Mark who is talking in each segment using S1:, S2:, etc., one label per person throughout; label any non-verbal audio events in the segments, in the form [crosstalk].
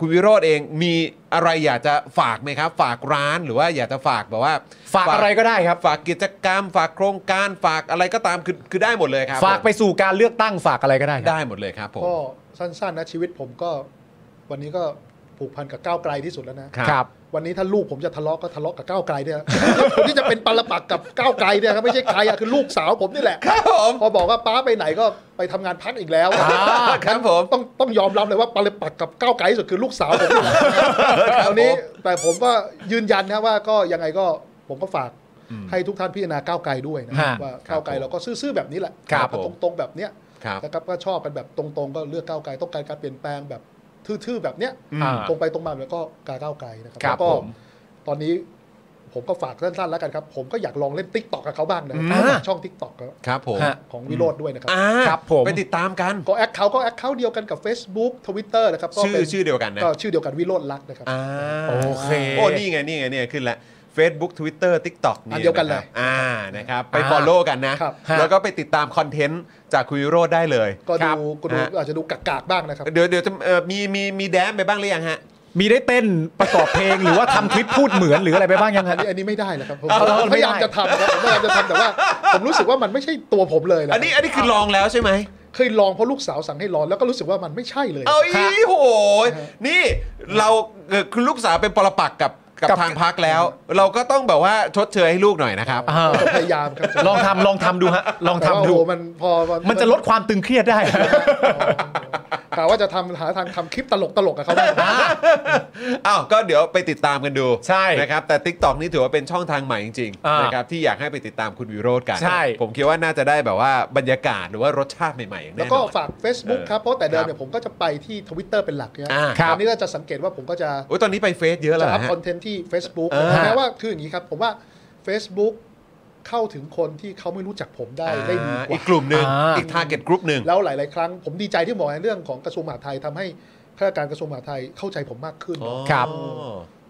S1: คุณวิโรธเองมีอะไรอยากจะฝากไหมครับ ฝากร้านหรือว่าอยากจะฝากแบบว่า
S2: ฝากอะไรก็ได้ครับ
S1: ฝากกิจกรรม ฝากโครงการฝากอะไรก็ตามคือคือได้หมดเลยครับ
S2: ฝากไปสู่การเลือกตั้งฝากอะไรก็ได้ครับ
S1: ได้หมดเลยครับผม
S3: ก็สั้นๆนะชีวิตผมก็ วันนี้ก็ผูกพันกับก้าวไกลที่สุดแล้วนะ
S2: ครับ
S3: วันนี้ถ้าลูกผมจะทะเลาะก็ทะเลาะกับก้าว [laughs] ไกลเนี่ย คนที่จะเป็นปรปักษ์กับก้าวไกลเนี่ยครับไม่ใช่ใครอะคือลูกสาวผมนี่แหละ
S1: ครับผม
S3: พอบอกว่าป้าไปไหนก็ไปทำงานพักอีกแล้ว
S1: ครับผม
S3: ต้องต้องยอมรับเลยว่าปรปักษ์กับก้าวไกลที่สุดคือลูกสาวผมนี่แหละคราวนี้แต่ผมก็ยืนยันนะว่าก็ยังไงก็ผมก็ฝากให้ทุกท่านพิจารณาก้าวไกลด้วยนะ
S2: ฮะ
S3: ว่าก้าวไกลเราก็ซื่อๆแบบนี้แหละ
S2: ครับ
S3: แล้วก็
S1: ผม
S3: ตรงๆแบบเนี้ย
S1: ครับ
S3: นะครับก็ชอบกันแบบตรงๆ ก็เลือกก้าวไกลต้องการการเปลี่ยนแปลงแบบทื่อๆแบบเนี้ย
S1: อืม
S2: อ่า
S3: ตรงไปตรงมาแล้วก็การก้าวไกลนะครับ
S2: ครับ
S3: แล้วก็
S2: ผม
S3: ตอนนี้ผมก็ฝากสั้นๆแล้วกันครับ ผมก็อยากลองเล่นติ๊กต็อกกับเขาบ้างนะ
S1: อืม
S3: ครับช่องติ๊กต็อก
S1: ครับผม
S2: ฮะ
S3: ของวิโรธด้วยนะครับ
S1: อ่า
S2: ครับผม
S1: ไปติดตามกัน
S3: ก็แอคเคาท์ก็แอคเคาท์เดียวกันกับ Facebook Twitter นะครับก็
S1: ชื่อ
S3: ป็น
S1: ชื่อเดียวกันนะ
S3: ก็ชื่อเดียวกันวิโรธลักษณ์นะครับ
S1: อ่า
S2: โอเค
S1: โอ้นี่ไงนี่ไงเนี่ยขึ้นละ Facebook Twitter TikTok
S3: อันเดียวกันเล
S1: ะ
S3: ย
S1: ครับอ่านะครับไป
S2: อ่า
S1: follow กันนะ
S3: ครับ
S1: แล้วก็ไปติดตามคอนเทนต์จากคุณวิโรธได้เลย
S3: ก็
S2: ครับ
S3: ดูก็ดู
S1: ฮะ
S3: อาจจะดูกากๆบ้างนะครับ
S1: เดี๋ยวเดี๋ยวจะเอ่อมีมีมีแดนไปบ้างหรือยังฮะ
S2: มีได้เต้นประกอบเพลงหรือว่าทำคลิปพูดเหมือนหรืออะไรไปบ้างยังค
S3: อั
S2: รั
S3: น
S2: บ
S3: นี้อันนี้ไม่ได้แหละครับผม
S2: เอาเอา
S3: ผมพยายาม
S2: ไม่ได้
S3: จะทำครับผมพยายามจะทำแต่ว่า ผมรู้สึกว่ามันไม่ใช่ตัวผมเลยนะ
S1: อันนี้อันนี้คือลองแล้วใช่ไหม
S3: เคยลองเพราะลูกสาวสั่งให้ลองแล้วก็รู้สึกว่ามันไม่ใช่เลย
S1: เอาอีโหยนี่เราเอ่อคุณลูกสาวเป็นปรปักษ์กับกับ
S2: กับ
S1: ทางพักแล้ว เราก็ต้องแบบว่าชดเชยให้ลูกหน่อยนะครับ
S2: อ่า
S3: ก็พยายามครับ
S2: ลองทำลองทำดูฮะลอง
S3: แต่
S2: ทำ
S3: ว่าโอ้
S2: ดู
S3: โหมันพอ
S2: มันจะลดความตึงเครียดได้
S3: กะว่าจะทำหาทางทำคลิปตลกตลกๆกับเขาบ้าง
S1: อ้าวก็เดี๋ยวไปติดตามกันดู
S2: ใช่
S1: นะครับแต่ TikTok นี่ถือว่าเป็นช่องทางใหม่จริง
S2: อ่า
S1: ๆ
S2: น
S1: นะครับที่อยากให้ไปติดตามคุณวิโรธกัน
S2: ใช่
S1: ผมคิดว่าน่าจะได้แบบว่าบรรยากาศหรือว่ารสชาติใหม่ๆอย่าง
S3: แล้
S1: แน่
S3: วน ก็
S1: อน
S3: ฝาก Facebook ครับ เพราะแต่เดิ
S1: ครั
S3: ม
S1: บ
S3: เนี่ยผมก็จะไปที่ Twitter เป็นหลักเนี่ย
S1: อ่าค
S3: ต
S1: รับ
S3: อนนี้ก็จะสังเกตว่าผมก็จะ
S1: โอ้ยตอนนี้ไปเฟซเยอะแล้
S3: จะ
S1: ว
S3: อัพ
S1: ฮะ
S3: คอนเทนต์ที่ Facebook
S1: เออ
S3: แม้ว่าคืออย่างนี้ครับ ผมว่า Facebook เข้าถึงคนที่เขาไม่รู้จักผมได้ได้ดี
S1: าก อี
S3: ว่า
S1: กกลุ่มหนึ่ง
S2: อ่า
S1: อีกทาร์เก็ตกลุ่มหนึ่ง
S3: แล้วหลาย ๆ ครั้งผมดีใจที่หมอในเรื่องของกระทรวงมหาดไทยทำให้ข้าราชการกระทรวงมหาดไทยเข้าใจผมมากขึ้น
S2: ครับ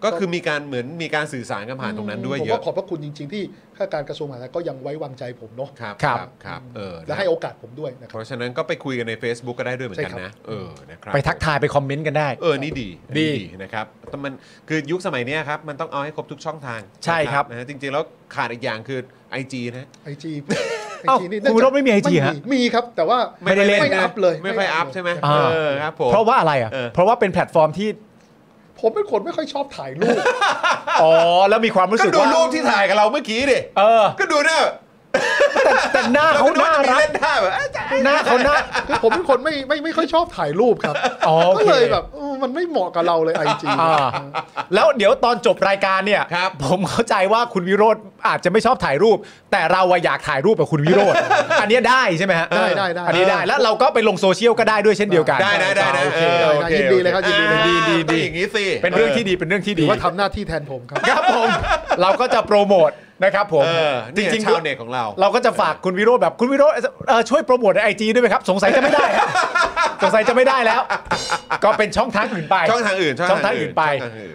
S1: ก็คือมีการเหมือนมีการสื่อสารกันผ่านตรงนั้นด้วย
S3: ผม
S1: เย
S3: ก็
S1: อะ
S3: ขอบพระคุณจริง ๆ ที่ข้าราชการกระทรวงมหาดไทยก็ยังไว้วางใจผมเนาะ
S1: ครับ
S2: ครับ
S1: ครับเออ
S3: และ
S1: นะ
S3: ให้โอกาสผมด้วยนะค
S1: เพ
S3: รับ
S1: ราะฉะนั้นก็ไปคุยกันใน Facebook ก็ได้ด้วยเหมือนกัน
S3: ใช่ครั
S1: นะ
S3: บ
S1: เออนะครับ
S2: ไปทักทายไปคอมเมนต์กันได้
S1: เออนี่ดี
S2: ดี
S1: นะครับแต่มันคือยุคสมัยเนี้ยครับ มันต้องเอาให้ครบทุกช่องทาง
S2: ใช่ครับ
S1: นะฮะจริง ๆ แล้วขาดอีกอย่างคือ IG นะ
S3: ไอจี
S2: เอ้าคุณวิโรจน์ไม่มี IG ฮะ
S3: มีครับ แต่ว่า
S2: ไม่ได้เล่น
S3: ไม่อัพเลย
S1: ไม่ค่อยอัพใช่ไหม
S3: ครับ
S2: อ่า
S1: เออครับผม
S2: เพราะว่าอะไรอ่ะ
S1: เออ
S2: เพราะว่าเป็นแพลตฟอร์มที่
S3: ผมเป็นคนไม่ค่อยชอบถ่ายรูป
S2: อ๋อ แล้วมีความรู้
S1: ก็
S2: สึก
S1: ดู
S2: ว่า
S1: รูปที่ถ่ายกับเราเมื่อกี้ดิ
S2: เออ
S1: ก็ดูหน้า
S2: แต่แต่หน้า
S1: เรา
S2: เขา
S1: ก็ดู
S2: น่า
S1: ว่าจะมี
S2: รัก
S1: เล่นท่าแบบ
S2: หน้าเขาน่า
S3: คือผมเป็นคนไม่ไม่ไม่ค่อยชอบถ่ายรูปครับ
S2: อ๋อโอเค
S3: ก็เลยแบบเออมันไม่เหมาะกับเราเลยไอจี
S2: อ่า [laughs] แล้วเดี๋ยวตอนจบรายการเนี่ย
S1: ครับ
S2: ผมเข้าใจว่าคุณวิโรธอาจจะไม่ชอบถ่ายรูป แต่เราอะอยากถ่ายรูปกับคุณวิโร
S1: [laughs]
S2: ธ อันเนี้ยได้ใช่ไหมฮะ
S3: ได้ได้ได้
S2: อันนี้ได้แล้วเราก็ไปลงโซเชียลก็ได้ด้วยเช่นเดียวกัน
S1: ได้นะได้นะ
S2: โอเค
S1: เออโอค
S3: ยินดีเลยครับยินดีเลย
S1: อ่า
S2: ดีดี
S1: ต้อ
S2: ดี
S1: งอย่างนี้สิ
S2: เป็นเรื่องที่ดีเป็นเรื่องที่
S3: ถื
S2: ดี
S3: อว่าทำหน้าที่แทนผมครับ
S2: [laughs] ครับผมเราก็จะโปรโมทนะครับผม
S1: เออจ
S2: จ
S1: ริ
S2: ริ
S1: งๆ
S2: งๆ
S1: ชาวเน็ตของเรา
S2: เราก็จะฝากคุณวิโรธแบบคุณวิโรธเอ่อช่วยโปรโมทในไอจีด้วยไหมครับ สงสัยจะไม่ได้ครับ สงสัยจะไม่ได้แล้ว ก็เป็นช่องทางอื่นไป
S1: ช่องทางอื่น
S2: ช่องทางอื่นไป